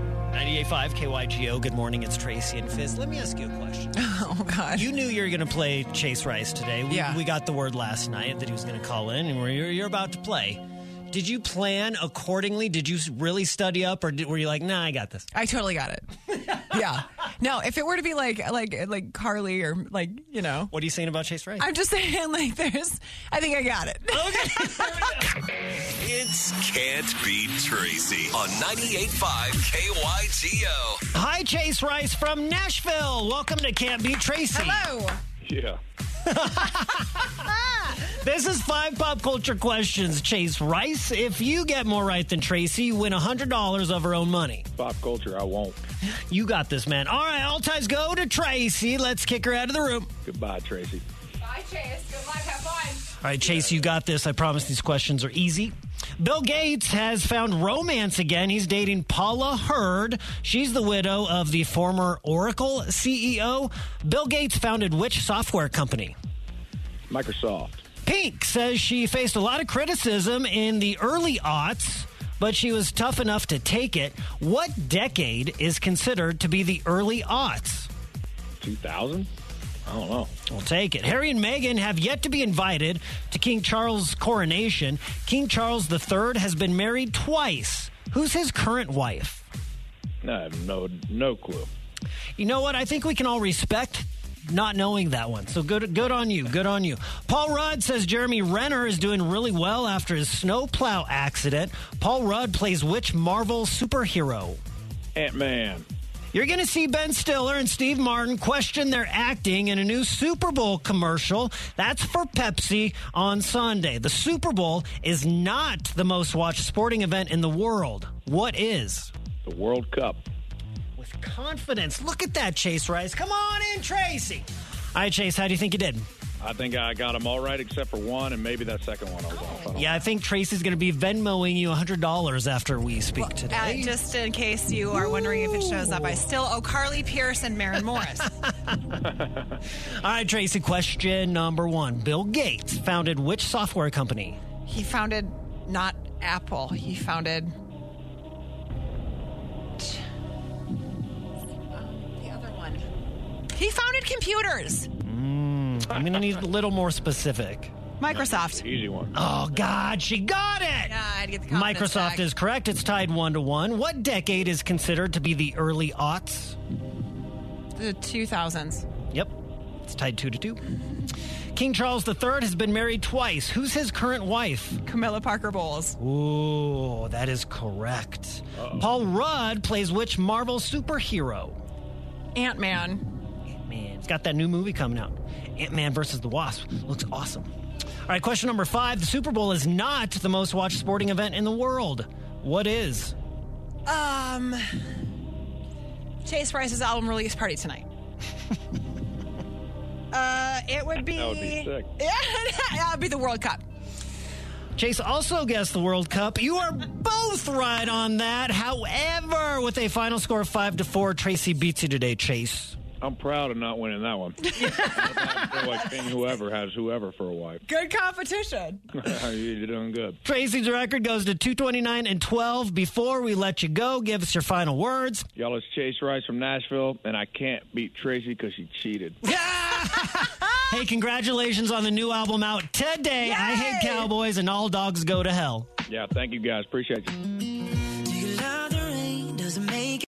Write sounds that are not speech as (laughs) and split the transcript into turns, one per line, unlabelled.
98.5 KYGO. Good morning. It's Tracy and Fizz. Let me ask you a
(sighs)
question.
(laughs) Oh God.
You knew you were going to play Chase Rice today. We,
Yeah.
we got the word last night that he was going to call in, and we're, you're, you're about to play. Did you plan accordingly? Did you really study up, or did, were you like, nah, I got this?
I totally got (laughs) it. Yeah. No, if it were to be like like like Carly or like you know,
What are you saying about Chase Rice?
I'm just saying (laughs) like there's. I think I got it.
(laughs)
(laughs)
okay. (laughs)
It's Can't Beat Tracy on 98.5 KYGO.
Hi, Chase Rice from Nashville. Welcome to Can't Beat Tracy.
Hello.
Yeah.
This is five pop culture questions, Chase Rice. If you get more right than Tracy, you win $100 of her own money.
Pop culture, I won't.
You got this, man. All right, all ties go to Tracy. Let's kick her out of the room.
Goodbye, Tracy.
Bye, Chase. Good luck. Have fun.
All right, Chase, you got this. I promise these questions are easy. Bill Gates has found romance again. He's dating Paula Hurd. She's the widow of the former Oracle CEO. Bill Gates founded which software company?
Microsoft.
Pink says she faced a lot of criticism in the early aughts, but she was tough enough to take it. What decade is considered to be the early aughts?
2000? I don't know.
We'll take it. Harry and Meghan have yet to be invited to King Charles' coronation. King Charles III has been married twice. Who's his current wife?
No, I have no, no clue.
You know what? I think we can all respect not knowing that one. So good, good on you. Good on you. Paul Rudd says Jeremy Renner is doing really well after his snowplow accident. Paul Rudd plays which Marvel superhero?
Ant Man.
You're going to see Ben Stiller and Steve Martin question their acting in a new Super Bowl commercial. That's for Pepsi on Sunday. The Super Bowl is not the most watched sporting event in the world. What is?
The World Cup.
With confidence. Look at that, Chase Rice. Come on in, Tracy. All right, Chase, how do you think you did?
I think I got them all right except for one, and maybe that second one I was off. I don't
Yeah, I think Tracy's going to be Venmoing you $100 after we speak today.
Uh, just in case you are wondering if it shows up, I still owe Carly Pierce and
(laughs)
Maren Morris.
All right, Tracy, question number one. Bill Gates founded which software company?
He founded not Apple. He founded. um, the other one. He founded computers.
I'm going to need a little more specific.
Microsoft.
Easy one.
Oh God, she got it.
Yeah, I'd get the confidence
Microsoft
back.
is correct. It's tied one to one. What decade is considered to be the early aughts?
The 2000s.
Yep, it's tied two to two. King Charles III has been married twice. Who's his current wife?
Camilla Parker Bowles.
Ooh, that is correct. Paul Rudd plays which Marvel superhero?
Ant Man.
Man, it's got that new movie coming out. Ant Man versus the Wasp looks awesome. All right, question number five. The Super Bowl is not the most watched sporting event in the world. What is?
Um. Chase Rice's album release party
(laughs)
tonight. uh, it would be.
That would be sick.
(laughs) Yeah, that would be the World Cup.
Chase also guessed the World Cup. You are both right on that. However, with a final score of five to four, Tracy beats you today, Chase.
I'm proud of not winning that
(laughs)
one. I feel like being whoever has whoever for a wife. (laughs)
Good competition.
You're doing good.
Tracy's record goes to 229 and 12. Before we let you go, give us your final words.
Y'all, it's Chase Rice from Nashville, and I can't beat Tracy because she cheated.
Hey, congratulations on the new album out today. I Hate Cowboys and All Dogs Go to Hell.
yeah, thank you guys. Appreciate you.